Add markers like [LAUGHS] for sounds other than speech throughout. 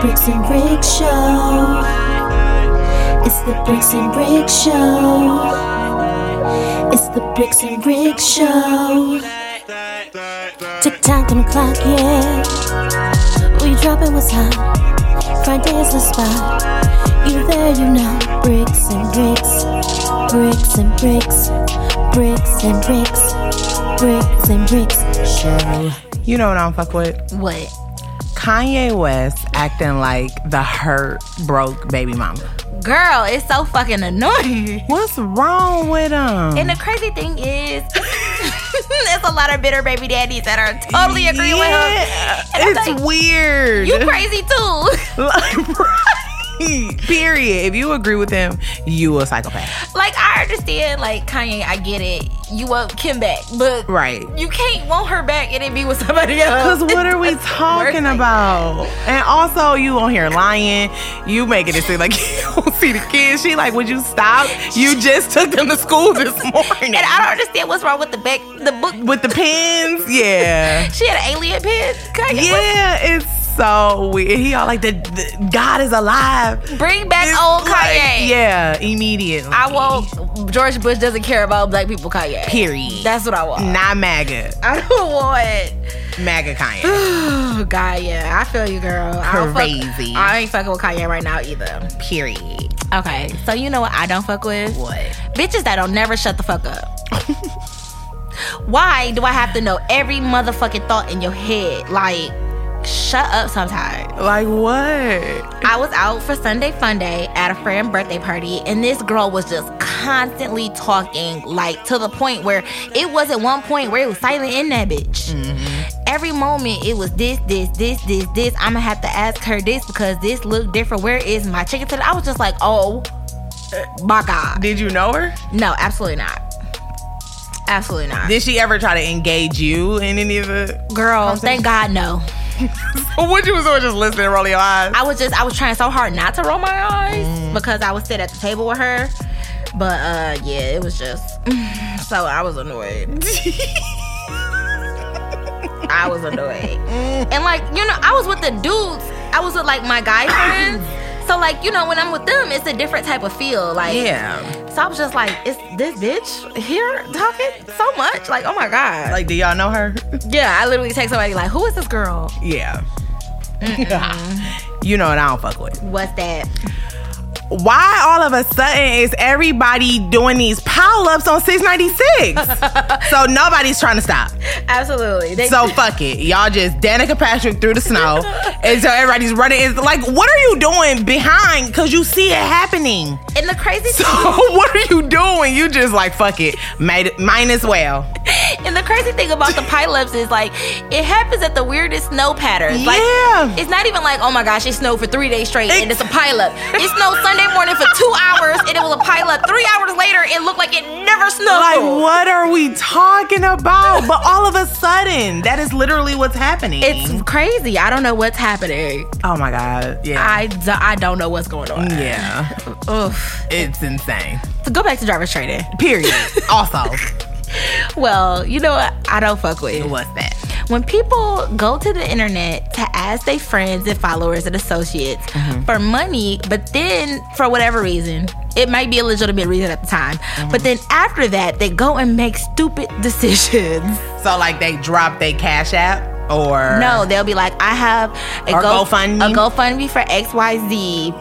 Bricks and Brick Show. It's the Bricks and Brick Show. It's the Bricks and Brick Show. Tick tock on the clock, yeah. We dropping what's hot. Friday's the spot. You there, you know. Bricks and bricks, bricks and bricks, bricks and bricks, bricks and bricks show. You know what I don't fuck with? What? Kanye West acting like the hurt broke baby mama. Girl, it's so fucking annoying. What's wrong with him? And the crazy thing is, [LAUGHS] there's a lot of bitter baby daddies that are totally agreeing Yeah, with him. And I'm It's like, weird. [LAUGHS] You crazy too. Like, [LAUGHS] right. Period. If you agree with him, you a psychopath. like I understand, like Kanye, I get it. You want Kim back, but Right. you can't want her back and then be with somebody Cause else. what are [LAUGHS] we It doesn't work talking like about? And also, you on here lying. You making it seem like [LAUGHS] you don't see the kids. She like, would you stop? You just took them to school this morning. that. [LAUGHS] And I don't understand what's wrong with the back, the book. with the pins, yeah, She had an alien pin. Kanye, yeah. It's so weird. He all like, the, the God is alive. bring back It's old like- Kanye. Yeah, immediately. I want George Bush doesn't care about black people. Kanye. Period. That's what I want. not MAGA. I don't want. MAGA Kanye. [SIGHS] Oh [SIGHS] God, yeah, I feel you, girl. I don't fuck- Crazy. I ain't fucking with Kanye right now either. Period. Okay, so you know what I don't fuck with? What? Bitches that don't never shut the fuck [LAUGHS] up. Why do I have to know every motherfucking thought in your head? Like, shut up sometimes. Like what? I was out for Sunday Fun Day at a friend birthday party, and this girl was just constantly talking, like to the point where it was at one point where it was silent in that bitch. Every moment it was this, this, this, this, this. I'm gonna have to ask her this because this looked different. Where is my chicken? tender? I was just like, oh my god, Did you know her? no, absolutely not, absolutely not, Did she ever try to engage you in any of [LAUGHS] the? girl. Thank God, no. Would you was doing just listening and rolling your [LAUGHS] eyes? I was just I was trying so hard not to roll my eyes because I was sit at the table with her. But uh yeah, it was just [SIGHS] so I was [LAUGHS] annoyed. I was annoyed. Mm, And like, you know, I was with the dudes. I was with like my guy [COUGHS] friends. So like, you know, when I'm with them, it's a different type of feel. Like yeah. so I was just like, is this bitch here talking so much? Like, oh my God. Like Like, do y'all know her? [LAUGHS] yeah, I literally text somebody like, who is this girl? Yeah. [LAUGHS] you know what I don't fuck with. What's that? Why all of a sudden is everybody doing these pile ups on [LAUGHS] 696? so nobody's trying to stop. [LAUGHS] Absolutely. They- So fuck it. Y'all just Danica Patrick through the [LAUGHS] snow. and so everybody's running. It's like, what are you doing behind? Cause you see it happening. [LAUGHS] and the crazy So what are you doing? You just like fuck it. Might, might as well. And the crazy thing about the pileups is like it happens at the weirdest snow patterns. Like Yeah. it's not even like, oh my gosh, it snowed for three days straight and it's a pileup. It snowed Sunday morning for two hours and it was a pileup. Three hours later, it looked like it never snowed. Like what are we talking about? But all of a sudden, that is literally what's happening. It's crazy. I don't know what's happening. oh my god. Yeah. I, do, I don't know what's going Mm. on. yeah. Oof. It's insane. So go back to driver's training. Period. also, Well, you know what? I don't fuck with. what's that? when people go to the internet to ask their friends and followers and associates Mm-hmm. for money, but then for whatever reason, it might be a legitimate reason at the time, Mm-hmm. but then after that, they go and make stupid [LAUGHS] decisions. So like they drop their cash app or No, they'll be like, I have a, Or Go- GoFundMe? a GoFundMe for XYZ.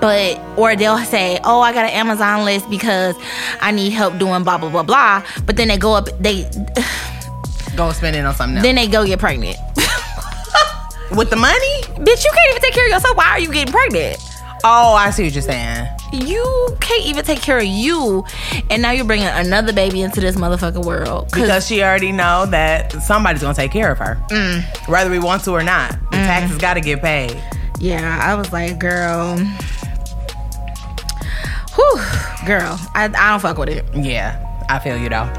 But or they'll say, "Oh, I got an Amazon list because I need help doing blah blah blah blah." But then they go up, they [LAUGHS] go spend it on something else. then they go get pregnant. [LAUGHS] with the money? Bitch, you can't even take care of yourself. Why are you getting pregnant? Oh, I see what you're saying. You can't even take care of you, and now you're bringing another baby into this motherfucking world. Cause Because she already know that somebody's gonna take care of her, whether we want to or not. The taxes got to get paid. yeah, I was like, girl, whew, girl, I, I don't fuck with it. Yeah, I feel you though.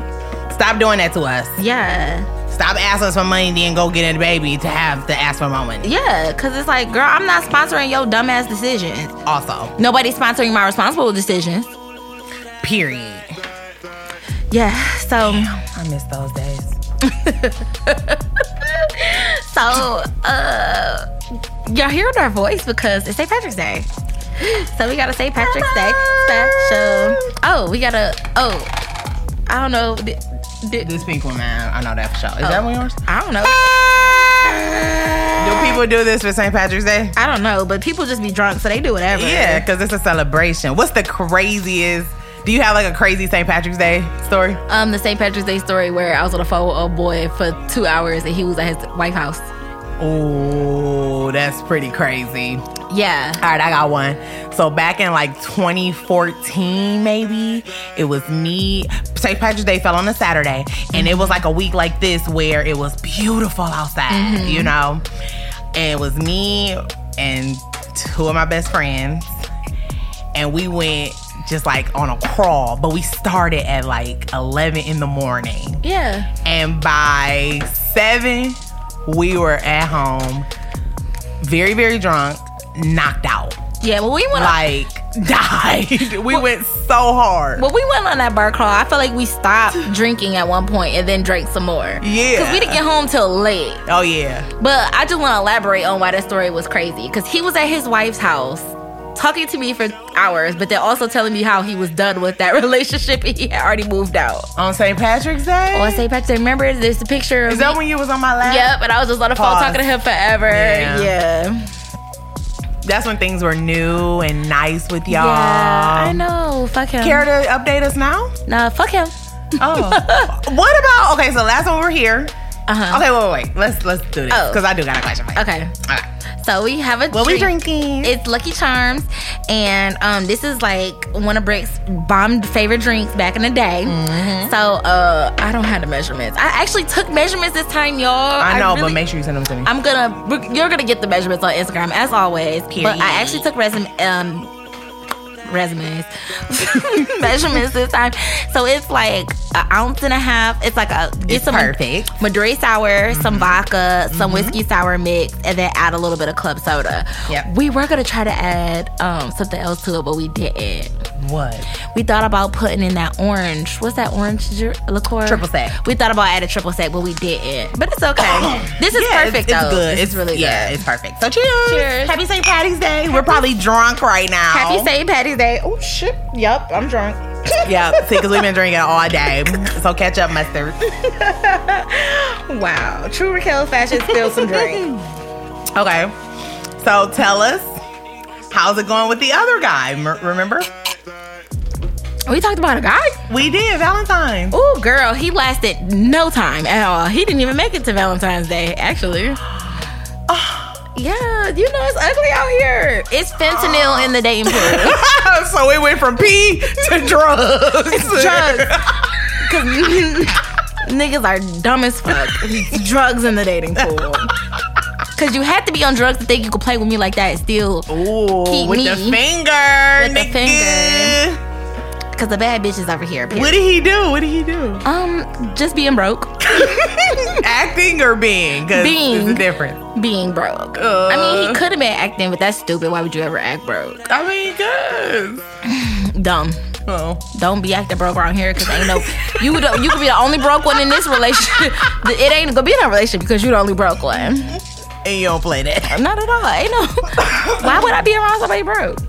Stop doing that to us. Yeah, Stop asking us for money, then go get a baby to have to ask for my money. yeah, cause it's like, girl, I'm not sponsoring your dumbass decisions. Also, Nobody's sponsoring my responsible decisions. period. Yeah, so. I miss those days. So, uh, y'all hearing our voice because it's St. Patrick's Day. So we got a St. Patrick's Day special. Oh, we got a oh, I don't know. Th- th- This pink one, man. I know that for sure. Is that one yours? I don't know. Do people do this for St. Patrick's Day? I don't know, but people just be drunk, so they do whatever. Yeah, because it's a celebration. What's the craziest? Do you have like a crazy St. Patrick's Day story? Um, the St. Patrick's Day story where I was on the phone with a boy for two hours and he was at his wife's house. Oh, that's pretty crazy. Yeah. All right, I got one. So back in like 2014, maybe it was me. St. Patrick's Day fell on a Saturday, and it was like a week like this where it was beautiful outside, you know. And it was me and two of my best friends, and we went just like on a crawl, but we started at like 11 in the morning. Yeah. And by seven, we were at home, very, very drunk, knocked out. Yeah. Well, we went. on- Like, [LAUGHS] died. We went so hard. Well, we went on that bar crawl. I feel like we [SIGHS] stopped drinking at one point and then drank some more. Yeah. Because we didn't get home till late. Oh, yeah. But I just want to elaborate on why that story was crazy. Because he was at his wife's house talking to me for hours, but then also telling me how he was done with that [LAUGHS] relationship and he had already moved out. On St. Patrick's Day? Oh, I say, Patrick, remember there's a picture of Is that me- when you was on my lap? Yep, and I was just on the phone Pause. talking to him forever. Yeah. Yeah. That's when things were new and nice with y'all. Yeah, I know. Fuck him. Care to update us now? Nah, fuck him. Oh. [LAUGHS] what about, okay, so last time we were here. Uh-huh. Okay, wait, wait, wait. Let's, let's do this. Oh. Because I do got a question for you. Okay. All right. So we have a What we drink. drinking? It's Lucky Charms, and um, this is like one of Brick's bomb favorite drinks back in the day. Mm-hmm. So uh, I don't have the measurements. I actually took measurements this time, y'all. I know, but really- make sure you send them to me. I'm gonna you're gonna get the measurements on Instagram as always. But Period. I actually took resume um resumes [LAUGHS] measurements this time. So it's like an ounce and a half. It's like a get It's some perfect. Madre sour, Mm-hmm. some vodka, some whiskey sour mix, and then add a little bit of club soda. Yep. We were gonna try to add um something else to it, but we didn't. what? We thought about putting in that orange. What's that orange ju- liqueur? Triple sec. We thought about adding triple sec, but we didn't. But [COUGHS] it's okay. this is Yeah, perfect it's, it's though. good. This It's is really yeah, good. it's perfect. So cheers. Cheers. Happy St. Patty's Day. We're probably drunk right now. Happy St. Patty's Day. Oh shit. Yep, I'm drunk. [LAUGHS] Yeah, see, because we've been drinking all day. So catch up, mustard. Wow. True Raquel fashion [LAUGHS] still some drink. Okay. So tell us, how's it going with the other guy? M- remember? we talked about a guy. We did Valentine's. [LAUGHS] Ooh, girl, he lasted no time at all. He didn't even make it to Valentine's Day, [SIGHS] actually. Yeah, you know it's ugly out here. It's fentanyl in the [SIGHS] dating pool. so it went from pee to drugs. [LAUGHS] drugs. 'Cause [LAUGHS] niggas are dumb as fuck. It's drugs in the [LAUGHS] dating pool. Cause you have to be on drugs to think you could play with me like that. Still, Ooh, Keep with me. the finger. With the nigga. finger. cause the bad bitch is over here. What period. did he do? What did he do? [LAUGHS] Um, just being broke. Acting or being? Because there's a Being. difference. Being broke. Uh. I mean, he could have been acting, but that's stupid. Why would you ever act broke? I mean, good. Dumb. Oh. Don't be acting broke around here, cause ain't no. You would. You could be the only broke one in this relationship. [LAUGHS] It ain't gonna be in a relationship because you the only broke one. And you don't play that. Not at all. Ain't no. Why would I be around somebody broke?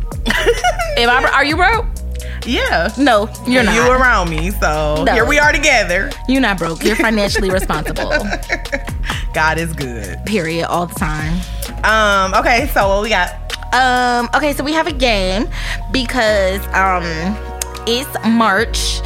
Am I? Are you broke? [LAUGHS] yeah. No, you're not. You around me, so No. here we are together. [LAUGHS] You're not broke. You're financially responsible. God is good. Period. All the time. Um, okay, so what we got? Um. Okay. So we have a game because um, it's March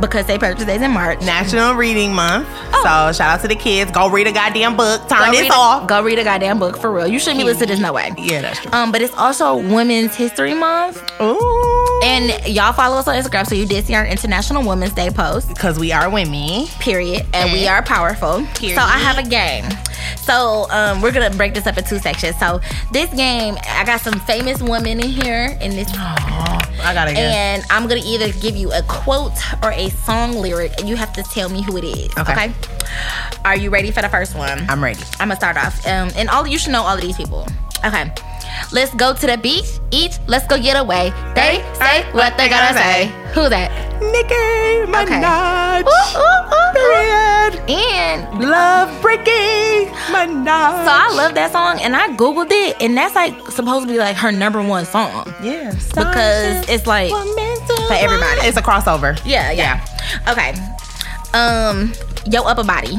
because St. Patrick's Day is in March. National Reading Month. So shout out to the kids. Go read a goddamn book. Turn Oh. go this read, a- off. go read a goddamn book for real. You shouldn't be listening to this no way. Yeah, that's true. Um, but it's also Women's History Month, Ooh. Uh-huh. and y'all follow us on Instagram, so you did see our International Women's Day post. because we are women. period and we are powerful Period. so i have a game so um, we're gonna break this up in two sections so this game i got some famous women in here in this I gotta guess. Uh-huh. and i'm gonna either give you a quote or a song lyric and you have to tell me who it is Okay. okay, are you ready for the first one I'm ready. i'm gonna start off um, and all you should know all of these people okay let's go to the beach eat let's go get away they say what they gotta say who that Nicki Minaj. Ooh, ooh, ooh, ooh. Period. and Love breaking. My Minaj. So I love that song, and I googled it, and that's like supposed to be like her number one song yeah, because it's like for everybody. It's a crossover. yeah, yeah. Okay, um, yo upper body.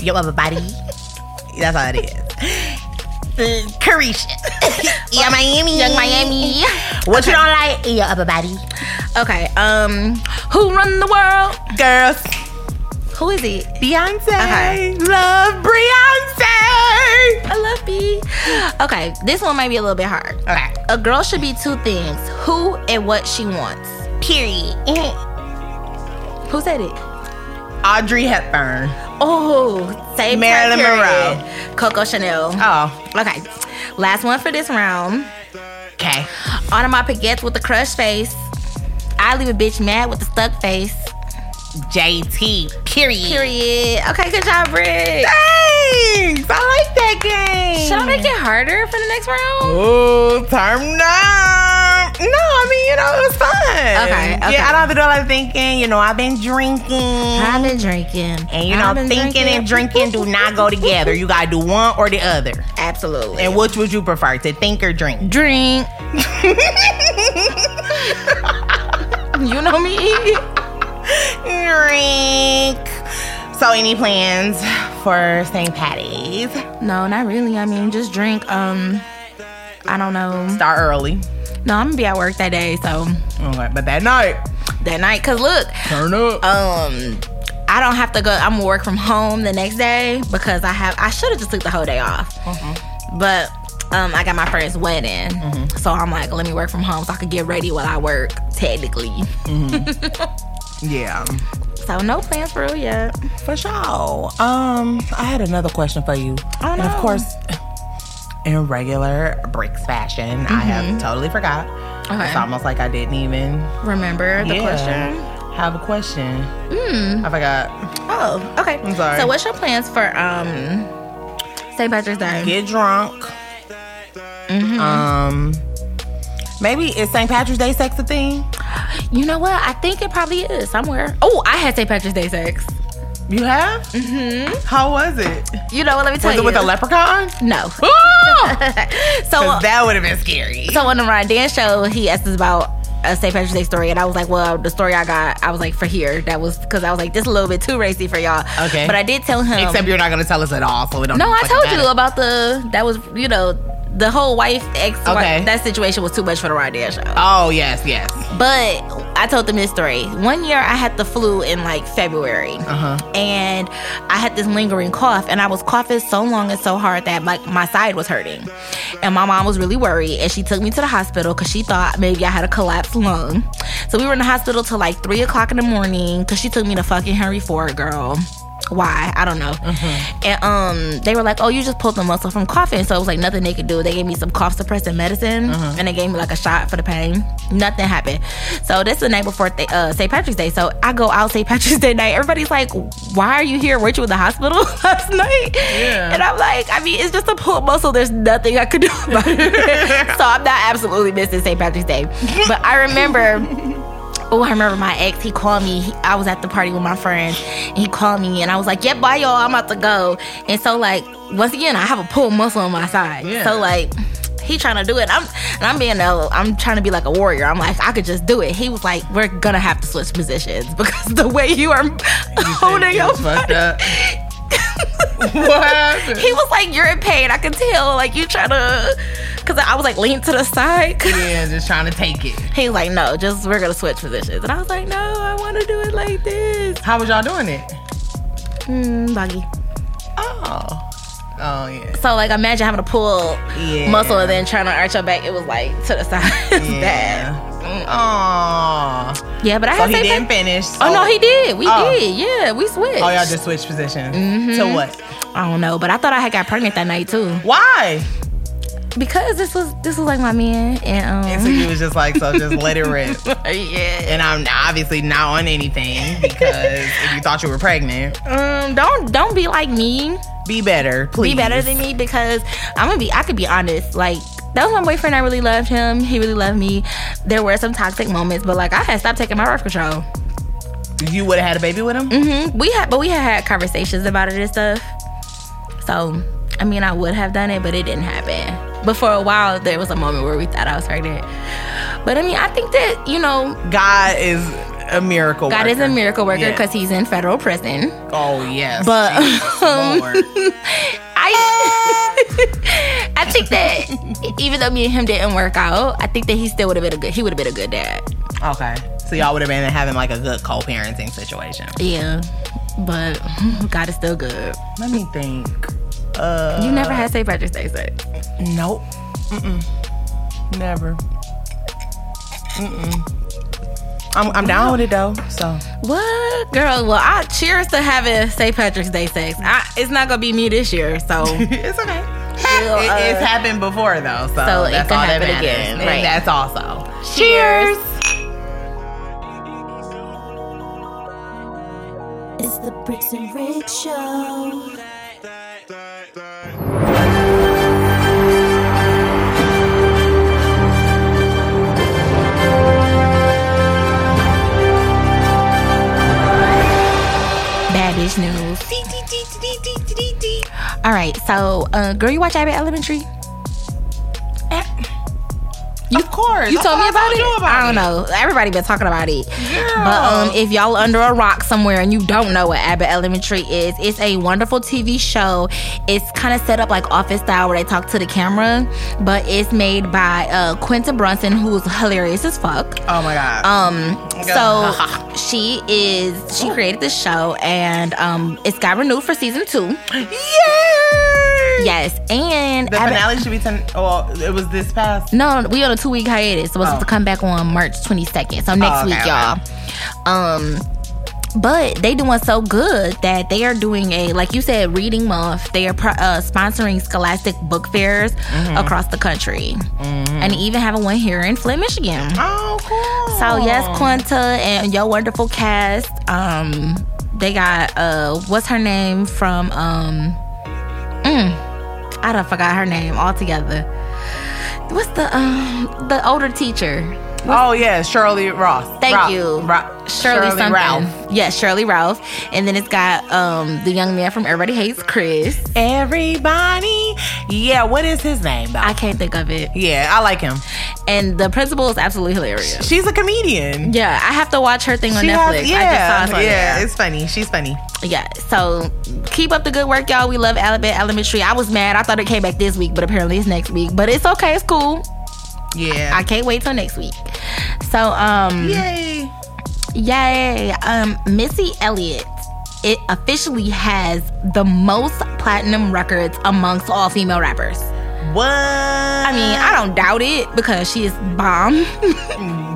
Yo, other body. That's all it is. Curry [LAUGHS] shit. yeah, Miami. Young Miami. What you don't like? Your upper body. Okay, um, who run the world? Girls. Uh-huh. Who is it? Beyonce. Okay. Love Beyonce. I love B. Okay, this one might be a little bit hard. Okay. A girl should be two things: who and what she wants. Period. Who said it? Audrey Hepburn. Oh, say Marilyn Monroe, Coco Chanel. Oh. Okay, last one for this round. Okay. Audemars Piguet with the crushed face. I leave a bitch mad with the stuck face. JT. Period. Period. Okay, good job, Britt. Thanks. I like that game. Should I make it harder for the next round? Ooh, turn up. No, I mean, you know, it was fun. Okay, okay. Yeah, I don't have to do a lot of thinking. You know, I've been drinking. I've been drinking. and you know, I've been thinking and drinking do not go together. You gotta do one or the other. [LAUGHS] Absolutely. And which would you prefer, to think or [LAUGHS] drink? drink. you know me. Drink. So, any plans for St. Patty's? No, not really. I mean, just drink. Um, I don't know. Start early. No, I'm gonna be at work that day, so Okay, but that night, that night. Cause look, turn up. um, I don't have to go. I'm gonna work from home the next day because I have. I should have just took the whole day off, Mm-hmm. but um, I got my friend's wedding, so I'm like, let me work from home so I could get ready while I work. Technically, yeah. so no plans for real yet. For sure. Um, I had another question for you. Oh, And of no. course, in regular bricks fashion, I have totally forgot. Okay. It's almost like I didn't even Remember the yeah, question? Hmm. Have a question. Mm. I forgot. Oh, okay. I'm sorry. So what's your plans for um St. Patrick's Day? Get drunk. Mm-hmm. Um, maybe is St. Patrick's Day sex a thing? You know what? I think it probably is somewhere. Oh, I had St. Patrick's Day sex. You have? Mm-hmm. How was it? You know what? Let me tell Was you. it with a leprechaun? [LAUGHS] no. [LAUGHS] so 'Cause that would have been scary. so on the Ryan Dan show, he asked us about a St. Patrick's Day story, and I was like, "Well, the story I got, I was like, for here, that was because I was like, this a little bit too racy for y'all." Okay. But I did tell him. Except you're not gonna tell us at all, so we don't. um, no, I fucking told you matter. about the that was you know the whole wife ex Okay. that situation was too much for the Ryan Dan show. Oh yes, yes. But I told them this story. One year I had the flu in like February. Uh huh. And I had this lingering cough, and I was coughing so long and so hard that like my side was hurting. And my mom was really worried, and she took me to the hospital because she thought maybe I had a collapsed lung. So we were in the hospital till like three o'clock in the morning because she took me to fucking Henry Ford, girl. Why? I don't know. And um, they were like, "Oh, you just pulled the muscle from coughing," so it was like nothing they could do. They gave me some cough suppressant medicine, and they gave me like a shot for the pain. Nothing happened. So this is the night before th- uh, St. Patrick's Day. So I go out St. Patrick's Day night. Everybody's like, "Why are you here? Weren't you in the hospital [LAUGHS] last night?" Yeah. And I'm like, "I mean, it's just a pulled muscle. There's nothing I could do about it." so I'm not absolutely missing St. Patrick's Day, but I remember. Oh, I remember my ex. He called me. He- I was at the party with my friend, and he called me, and I was like, "Yeah, bye, y'all. I'm about to go." And so, like, once again, I have a pulled muscle on my side. Yeah. So, like, he trying to do it. I'm and I'm being a. I'm trying to be like a warrior. I'm like, I could just do it. He was like, "We're gonna have to switch positions [LAUGHS] because the way you are Oh, holding your body." up. [LAUGHS] what happened? [LAUGHS] He was like, "You're in pain. I can tell. Like, you trying to." Because I was like leaned to the side. [LAUGHS] yeah, just trying to take it. He was like, no, just we're gonna switch positions. And I was like, no, I wanna do it like this. How was y'all doing it? Mm, buggy. Oh. Oh yeah. So like imagine having to pull Yeah. muscle and then trying to arch your back. It was like to the [LAUGHS] side. It's bad. Oh. Yeah, but I Mm, So had he to say didn't finish. Oh no, he did. We Oh. did. Yeah, we switched. Oh y'all just switched positions. Mm-hmm. To what? I don't know, but I thought I had got pregnant that night too Why? because this was this was like my man And and so um you was just like, so just let it [LAUGHS] rip. [LAUGHS] yeah. And I'm obviously not on anything because if you thought you were pregnant, Um, don't don't be like me. be better, please. be better than me because I'm gonna be. I could be honest. Like that was my boyfriend. I really loved him. He really loved me. There were some toxic moments, but like I had stopped taking my birth control. You would have Mm-hmm. had a baby with him. hmm We had, but we had had conversations about it and stuff. So I mean, I would have done it, but it didn't happen. But for a while, there was a moment where we thought I was pregnant. But I mean, I think that, you know, God is a miracle. God is a worker. miracle worker Yeah. because he's in federal prison. Oh yes, But, Jesus, um, Lord. [LAUGHS] I [LAUGHS] I think that even though me and him didn't work out, I think that he still would have been a good he would have been a good dad. okay. So y'all would have been having like a good co-parenting situation. Yeah. But [LAUGHS] God is still good. Let me think. Uh, You never had St. Patrick's Day sex. Nope. Mm-mm. Never. Mm-mm. I'm, I'm down with it though. So What girl? Well, I cheers to having St. Patrick's Day sex. I, it's not gonna be me this year, [LAUGHS] so [LAUGHS] it's okay. Still, it, it's uh, happened before though, so, so it that's could all that happen matters. again, And right. That's also. cheers. It's the Bricks and Brick Show. Bad bitch news. All right, so uh, girl, you watch Abbott Elementary? You, of course. You I told me thought I about told it. you I don't it. know. Everybody been talking about it. Girl. But um, if y'all under a rock somewhere and you don't know what Abbott Elementary is, it's a wonderful TV show. It's kind of set up like Office style where they talk to the camera, but it's made by uh, Quinta Brunson, who's hilarious as fuck. Oh my god. Um, so [LAUGHS] God. she is she created the show and um, it's got renewed for season two. Yay! Yes, and The Abbott- finale should be ten. Well, it was this past. No, we on a two week hiatus. Supposed Oh. to come back on March twenty second. So next okay, week, okay. y'all. Um, but they doing so good that they are doing a like you said reading month. They are pro- uh, sponsoring Scholastic book fairs Mm-hmm. across the country, and even having one here in Flint, Michigan. Oh, cool. So yes, Quanta and your wonderful cast. Um, they got uh, what's her name from um, mm, I done forgot her name altogether. What's the um the older teacher? Oh yeah, Shirley Ross. Thank Rock- you, Rock- Shirley, something. Ralph. Yes, Shirley Ralph. And then it's got um the young man from Everybody Hates Chris. Everybody. Yeah. What is his name though? I can't think of it. yeah, I like him. And the principal is absolutely hilarious. She's a comedian. Yeah, I have to watch her thing on She Netflix. has, yeah, I just saw it on yeah. there. It's funny. She's funny. yeah. So keep up the good work, y'all. We love Alabama Elementary. I was mad. I thought it came back this week, but apparently it's next week. But it's okay. It's cool. Yeah. I can't wait till next week. So um, Yay. yay! Um, Missy Elliott. It officially has the most platinum records amongst all female rappers. What? I mean, I don't doubt it because she is bomb. [LAUGHS]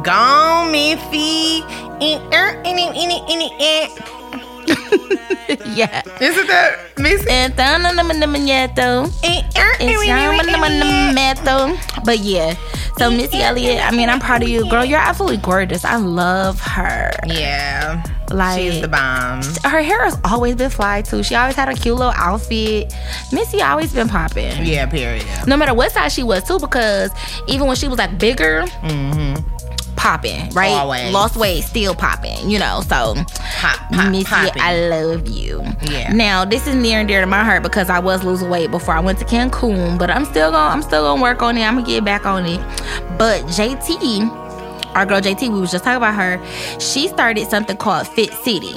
Gone, Miffy. Eh, er, eh, eh, eh, eh, eh, eh. yeah. Isn't that Missy? And though. Eh, er, eh, It's eh, your eh, eh, eh, eh. method. But yeah. So Missy Elliott, I mean, I'm proud of you. Girl, you're absolutely gorgeous. I love her. Yeah. Like She's the bomb. her hair has always been fly too. She always had a cute little outfit. Missy always been popping. Yeah, period. No matter what size she was too, because even when she was like bigger, Mm-hmm. popping, right? Always. Lost weight, still popping, you know. So Pop, pop, Missy, popping. I love you. Yeah. Now this is near and dear to my heart because I was losing weight before I went to Cancun, but I'm still gonna I'm still gonna work on it. I'm gonna get back on it. But JT, our girl JT, we was just talking about her. She started something called Fit City.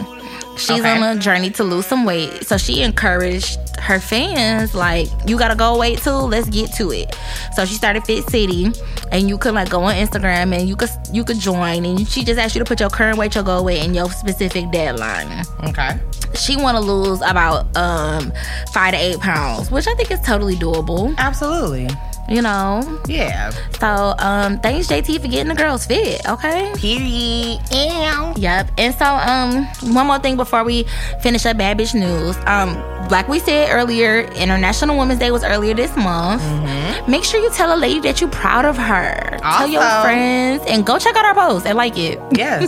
She's Okay. on a journey to lose some weight, so she encouraged her fans like, "You gotta go weight too. Let's get to it." So she started Fit City, and you could like go on Instagram and you could you could join, and she just asked you to put your current weight, your goal weight, and your specific deadline Okay. she want to lose about um five to eight pounds which i think is totally doable Absolutely. you know Yeah. so um thanks jt for getting the girls fit okay Period. Ew. Yep. And so, um, one more thing before we finish up Bad Bitch News. Um, like we said earlier, International Women's Day was earlier this month. Mm-hmm. Make sure you tell a lady that you're proud of her. Tell your Also- friends and go check out our post and like it. Yes.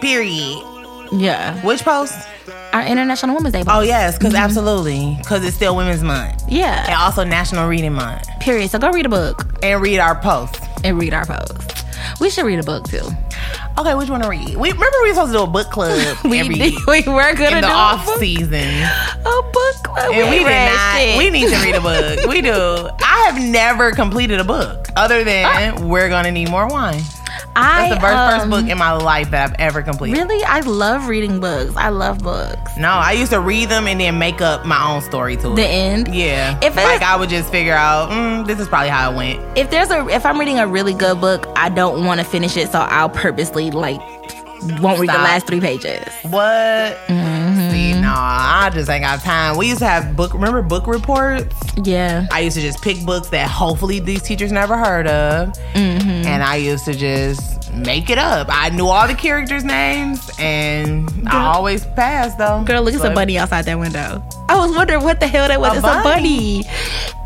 Period. Yeah. Which post? Our International Women's Day post. Oh yes, because absolutely, because it's still Women's Month Yeah. and also National Reading Month. Period. So go read a book And read our post. and read our post. We should read a book too. Okay, what you want to read? We remember we were supposed to do a book club [LAUGHS] We every did- we were gonna in the do off a book, [LAUGHS] season. a book club. And we, did read not. shit. We need to read a book. we do. I have never completed a book other than we're gonna need more wine. Ah. I, That's the first, first um, book in my life that I've ever completed. Really, I love reading books. I love books. No, I used to read them and then make up my own story to it. The end. yeah, If it- like I would just figure out mm, this is probably how it went. if there's a if I'm reading a really good book, I don't want to finish it, so I'll purposely like won't read the Stop. last three pages. What? Mm-hmm. See, no, I just ain't got time. We used to have book. Remember book reports? Yeah. I used to just pick books that hopefully these teachers never heard of, Mm-hmm. and I used to just make it up. I knew all the characters' names, and I always passed them. Girl, look, it's a But bunny outside that window. I was wondering what the hell that was. A it's a bunny.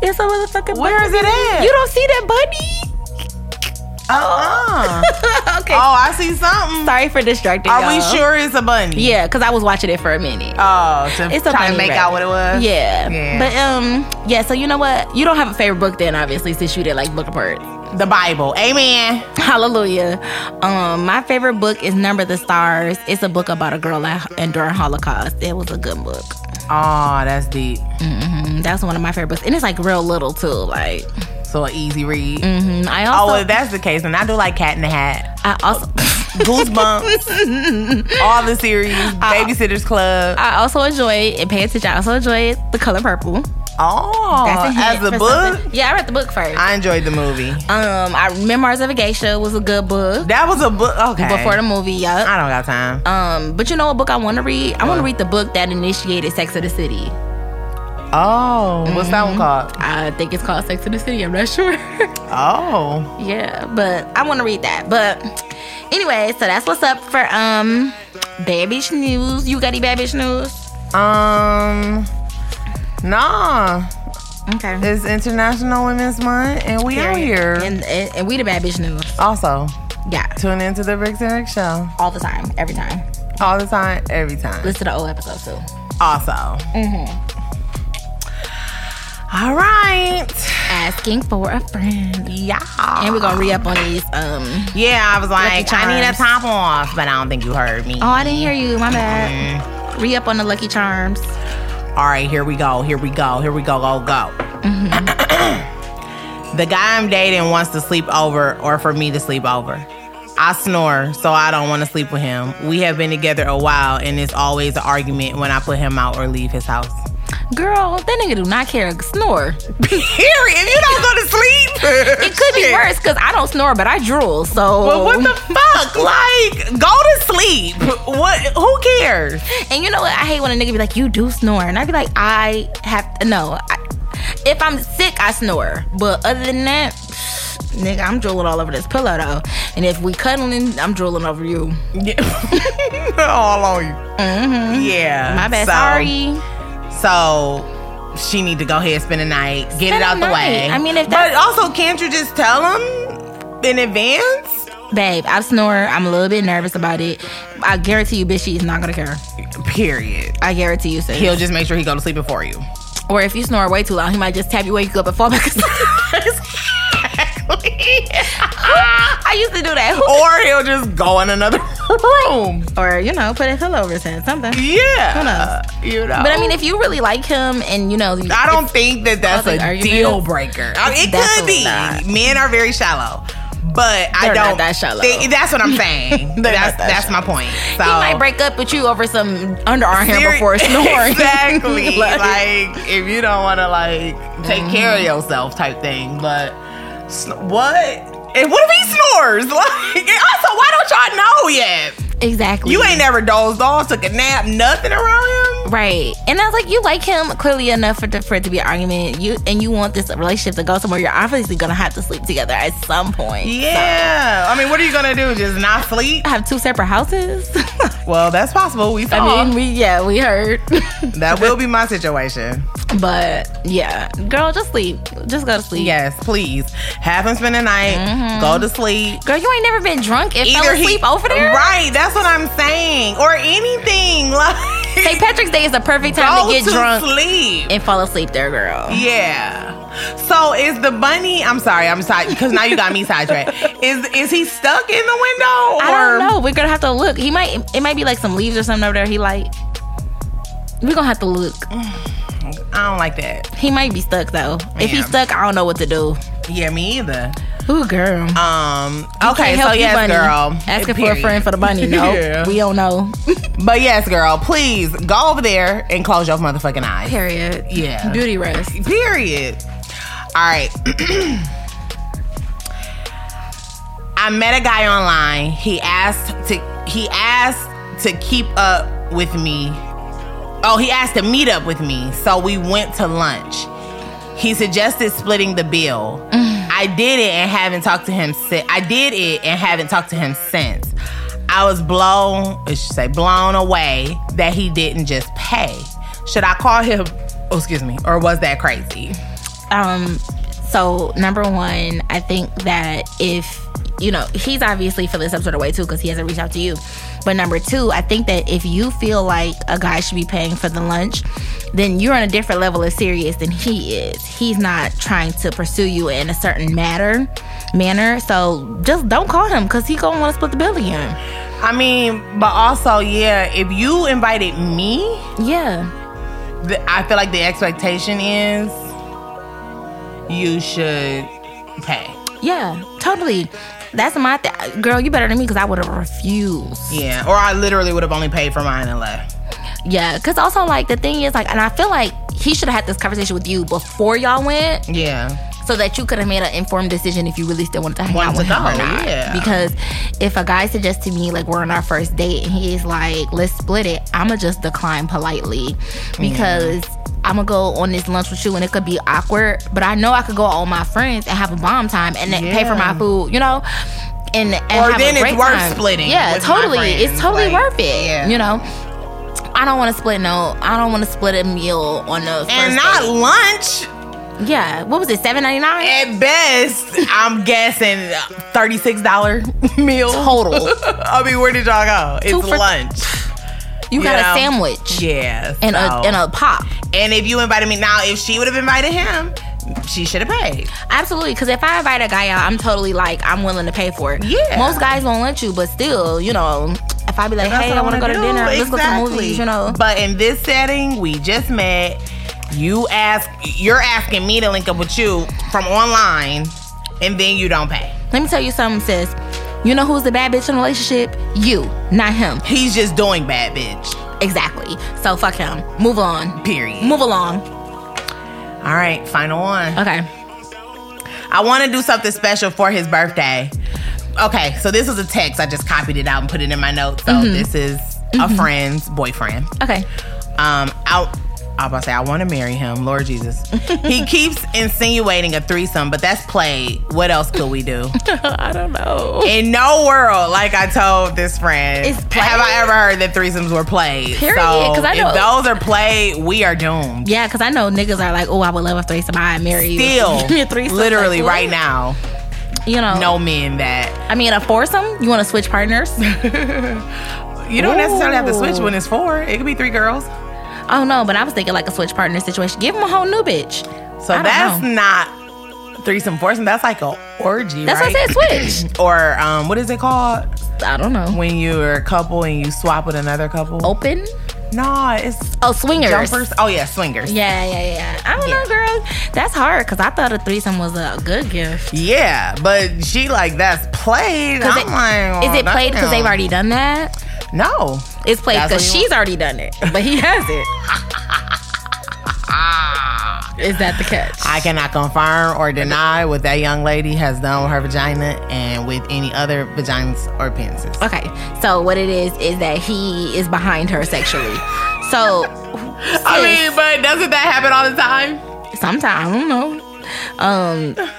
It's a motherfucking Where is bunny. it at? You don't see that bunny? [LAUGHS] Uh-uh. okay. oh, I see something. Sorry for distracting Are we y'all. sure it's a bunny? Yeah, because I was watching it for a minute. Oh, to It's a try bunny to make rabbit. out what it was. Uh, yeah. Yeah. But um, yeah, so you know what? You don't have a favorite book then, obviously, since you did like book apart. The Bible. Amen. Hallelujah. Um, my favorite book is Number the Stars. It's a book about a girl that endured Holocaust. It was a good book. Oh, that's deep. Mm, That's one of my favorite books, and it's like real little too. Like, So an easy read. mm, I Oh, well, also, if that's the case, then I do like Cat in the Hat, I [LAUGHS] also, [LAUGHS] Goosebumps, all the series, Uh, Babysitters Club. I also enjoy and pay attention. I also enjoy The Color Purple. Oh, That's a hint as a for book, something. Yeah, I read the book first. I enjoyed the movie. um, I Memoirs of a Geisha was a good book That was a book. Okay, before the movie. Yeah. I don't got time. Um, but you know what book I want to read? I want to read the book that initiated Sex of the City. Oh, what's that one Mm-hmm. called? I think it's called Sex of the City. I'm not sure. Oh, [LAUGHS] Yeah, but I want to read that. But anyway, so that's what's up for um bad bitch news. You got any bad bitch news? um, nah. Okay. It's International Women's Month, and we out here. And, and, and we the bad bitch news. also, Yeah, tune into the Bricks and Rick Show all the time, every time. all the time, every time. Listen to the old episodes too. Also, Mm-hmm. All right, Asking for a friend. yeah. And we're gonna re up on these. Um. Yeah, I was like, I need a Charms. top off, but I don't think you heard me. Oh, I didn't hear you. My bad. Re up on the Lucky Charms. All right, here we go. Here we go. Here we go. Go go. [CLEARS THROAT] Mm-hmm. the guy I'm dating wants to sleep over, or for me to sleep over. I snore, so I don't want to sleep with him. We have been together a while, and it's always an argument when I put him out or leave his house. [LAUGHS] Girl, that nigga do not care. Snore. Period. You don't go to sleep. It could be worse because I don't snore, but I drool. So. But what the fuck? Like, go to sleep. What? Who cares? And you know what? I hate when a nigga be like, "You do snore," and I be like, "I have no." I, if I'm sick, I snore. But other than that, nigga, I'm drooling all over this pillow though. And if we cuddling, I'm drooling over you. Yeah. [LAUGHS] All on you. Yeah. Mm-hmm. My bad. So- Sorry. So she need to go ahead and spend the night, get Spend it out the the, night. way. I mean, if but that's- also, can't you just tell them in advance? Babe, I snore. I'm a little bit nervous about it. I guarantee you, bitch, she's not gonna care. Period. I guarantee you, sis. He'll just make sure he go to sleep before you. or if you snore way too loud, he might just tap you, wake you up, and [LAUGHS] fall back asleep. [LAUGHS] I used to do that. Who- or he'll just go in another [LAUGHS] room. Or, you know, put a pillow over his head, something. Yeah. You know. But I mean, if you really like him and you know, you- Oh. I don't think that that's All a these arguments. deal breaker. I mean, it could Definitely be. not. Men are very shallow, but I They're not don't. that shallow. think- that's [LAUGHS] what I'm saying. that's not that that's my point. So He might break up with you over some underarm hair Seri- before snoring. [LAUGHS] [LAUGHS] Exactly. Like- Mm-hmm. like, if you don't want to like take care of yourself type thing, but sn- what? And what if he snores? [LAUGHS] Like, and also, why don't y'all know yet? exactly. You ain't never dozed off, took a nap, nothing around him. right. And I was like, you like him clearly enough for, the, for it to be an argument. You and you want this relationship to go somewhere. You're obviously gonna have to sleep together at some point. Yeah. I mean, what are you gonna do? Just not sleep? Have two separate houses. [LAUGHS] Well, that's possible. We saw. I mean, we yeah, we heard. [LAUGHS] that will be my situation. but yeah, girl, just sleep. Just go to sleep. Yes, please have him spend the night. Go to sleep. Girl, you ain't never been drunk and fell asleep Mm-hmm. over there. Right, that's what I'm saying. Or anything. [LAUGHS] Like St. Patrick's Day is the perfect time Go to get drunk sleep. and fall asleep there, girl. Yeah. So is the bunny? I'm sorry, I'm sorry because now you got me sidetracked. [LAUGHS] Is is he stuck in the window? Or I don't know. We're gonna have to look. He might. It might be like some leaves or something over there. He like. We're gonna have to look. I don't like that. He might be stuck though. If he's Yeah. stuck, I don't know what to do. Yeah, me either. Ooh, girl. Um. Can't Okay. help So you, yes, bunny. girl. Asking for a Period. friend for the bunny. No, [LAUGHS] Yeah. we don't know. But yes, girl. Please go over there and close your motherfucking eyes. Period. Yeah. Beauty rest. Period. All right. [CLEARS THROAT] I met a guy online. He asked to he asked to keep up with me. Oh, he asked to meet up with me. So we went to lunch. He suggested splitting the bill. Mm. I did it and haven't talked to him since. I did it and haven't talked to him since. I was blown, I should say, blown away that he didn't just pay. Should I call him? Oh, excuse me. Or was that crazy? um so number one i think that if you know he's obviously feeling some sort of way too because he hasn't reached out to you but number two i think that if you feel like a guy should be paying for the lunch then you're on a different level of serious than he is he's not trying to pursue you in a certain matter manner so just don't call him because he gonna want to split the bill again I mean, but also, yeah, if you invited me, yeah th- I feel like the expectation is you should pay. yeah totally that's my th- girl you better than me because i would have refused Yeah, or I literally would have only paid for mine and left. Yeah, because also like the thing is like, and I feel like he should have had this conversation with you before y'all went, Yeah, so that you could have made an informed decision if you really still wanted to hang Wanted out with to him or go, not. yeah. Because if a guy suggests to me like we're on our first date and he's like, "Let's split it," I'ma just decline politely Mm. because. I'ma go on this lunch with you and it could be awkward, but I know I could go with all my friends and have a bomb time and then pay for my Yeah. food, you know? And, and Or have then a it's great worth time. splitting Yeah, with my totally. friends, It's totally like, worth it. yeah. You know? I don't want to split no. I don't want to split a meal on the first and not date. lunch. yeah. What was it? Seven ninety nine At best, I'm guessing thirty-six dollar [LAUGHS] meal. total. I mean, where did y'all go? It's Two for- lunch. You got Yeah. a sandwich Yeah, and so- a and a pop. And if you invited me now, if she would have invited him, she should have paid. Absolutely, because if I invite a guy out, I'm totally like I'm willing to pay for it. Yeah. most guys won't let you, but still, you know, if I be like, That's hey, what I want to go wanna to do. dinner, let's go to the Exactly. movies, you know. But in this setting, we just met. You ask, you're asking me to link up with you from online, and then you don't pay. Let me tell you something, sis. You know who's the bad bitch in a relationship? You, not him. He's just doing bad, bitch. Exactly. So fuck him. Move on. Period. Move along. All right, final one. Okay. I want to do something special for his birthday. Okay, so this is a text. I just copied it out and put it in my notes. So Mm-hmm. this is a friend's boyfriend. [LAUGHS] Okay. Um, I, I was about to say I want to marry him, Lord Jesus. [LAUGHS] he keeps insinuating a threesome, but that's played. What else could we [LAUGHS] do? I don't know. In no world, like I told this friend, It's played? have I ever heard that threesomes were played? Period, So 'cause I if know- those are played, we are doomed. Yeah, because I know niggas are like, oh, I would love a threesome. I'd marry you. [LAUGHS] Still, Give me a threesome. literally Like, right what? now, You know. no men that I mean, a foursome? You want to switch partners? you don't necessarily have to switch Ooh. when it's four. It could be three girls. oh, no, but I was thinking like a switch partner situation. Give him a whole new bitch. So I don't that's know. not threesome foursome. That's like a orgy. That's right? why I [CLEARS THROAT] said switch. Or um, what is it called? I don't know. when you're a couple and you swap with another couple? Open? No, it's Oh, swingers. jumpers. Oh yeah, swingers. Yeah, yeah, yeah. I don't know, girl. That's hard because I thought a threesome was a good gift. Yeah, but she like that's played. 'Cause I'm it- like, Is it well, played because damn. they've already done that? no? It's played That's what because you she's already done it, but he hasn't. [LAUGHS] Is that the catch? I cannot confirm or deny what that young lady has done with her vagina and with any other vaginas or penises. Okay, so what it is is that he is behind her sexually. So, I mean, but doesn't that happen all the time? sometimes I don't know. Um,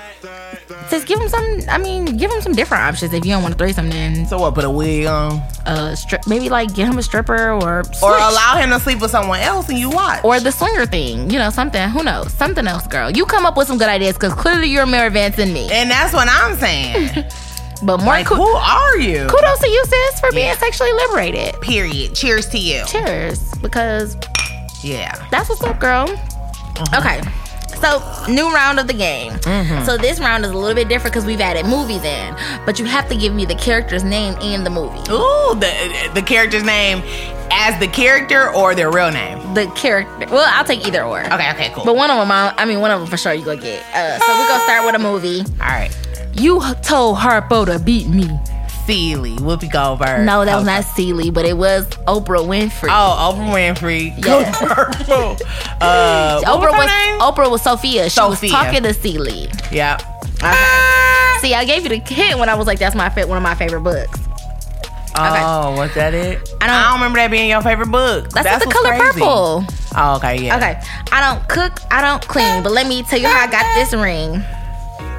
just give him some. I mean, give him some different options if you don't want to threesome. Then So what? Put a wig on, uh, stri- maybe like get him a stripper or switch. or allow him to sleep with someone else, and you watch. or the swinger thing. You know, something. Who knows? Something else, girl. You come up with some good ideas because clearly you're more advanced than me. [LAUGHS] and that's what I'm saying. But more Like, ku- who are you? kudos to you, sis, for being Yeah. sexually liberated. Period. Cheers to you. Cheers, because Yeah. that's what's up, girl. Uh-huh. Okay. So, new round of the game. Mm-hmm. So, this round is a little bit different because we've added movies in, but you have to give me the character's name and the movie. Ooh, the the character's name as the character or their real name. The character. Well, I'll take either or. Okay, okay, cool. But one of them, I I mean, one of them for sure you gonna get. Uh, so we gonna start with a movie. All right. You told Harpo to beat me. Seeley, Whoopi Goldberg. No, that was Oprah. not Seeley, but it was Oprah Winfrey. Oh, Oprah Winfrey. Yeah. Code [LAUGHS] Purple. Uh, what Oprah her was name? Oprah was Sophia. She Sophia. was talking to Seeley. Yeah. Ah. See, I gave you the hint when I was like, "That's my fa- one of my favorite books." Oh, was that it? I I don't, don't- remember that being your favorite book. That's, not the what's color crazy. purple. Oh, okay, yeah. Okay, I don't cook, I don't clean, but let me tell you how I got this ring.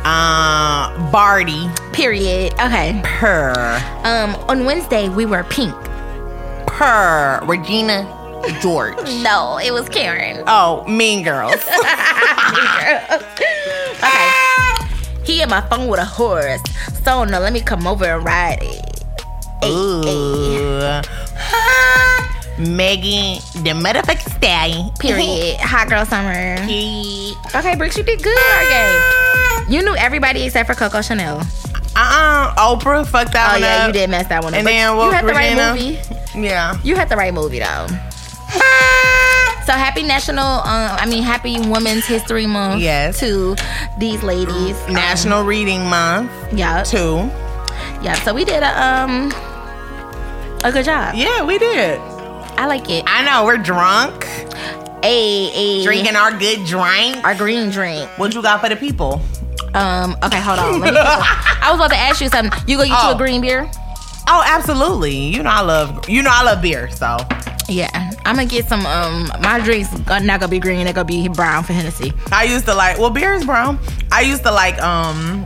Uh, Barty. Period. Okay. Per. Um, on Wednesday we were pink. Per. Regina George. No, it was Karen. [LAUGHS] oh, Mean [LAUGHS] Girls. Okay. He in my phone with a horse. So no, let me come over and ride it. Ooh. Megan, the motherfucking stallion. [LAUGHS] Period. Hot girl summer. Period. Okay, Brooks, you did good our game. You knew everybody except for Coco Chanel. Uh-uh. Oprah fucked that Oh one yeah, up. you did mess that one up. And But then you what, had the Regina? right movie. Yeah. You had the right [LAUGHS] movie though. So happy National, um, I mean Happy Women's History Month Yes. Mm-hmm. to these ladies. National Reading Month, Yeah, too. yeah. So we did a um a good job. Yeah, we did. I like it. I know, we're drunk, A a drinking our good drink. our green drink. What you got for the people? Um, okay, hold on. Let me [LAUGHS] get one. I was about to ask you something. You gonna get you Oh. a green beer? Oh, absolutely. You know I love you know I love beer, so Yeah, I'm gonna get some. Um, my drinks not gonna be green. They're gonna be brown for Hennessy. I used to like well beer is brown. I used to like um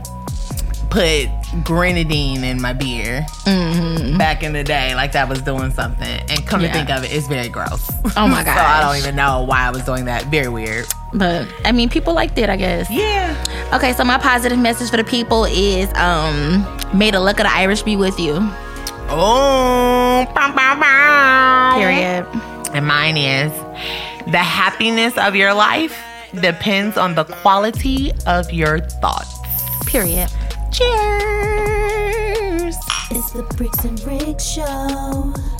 put grenadine in my beer Mm-hmm. back in the day, like that was doing something. And come Yeah. to think of it, it's very gross. Oh my [LAUGHS] so I gosh. don't even know why I was doing that. Very weird. But I mean, people liked it, I guess. Yeah. Okay, so my positive message for the people is um, may the luck of the Irish be with you. Oh, bum, bum, bum. Period. And mine is the happiness of your life depends on the quality of your thoughts. Period. Cheers. It's the Bricks and Brick Show.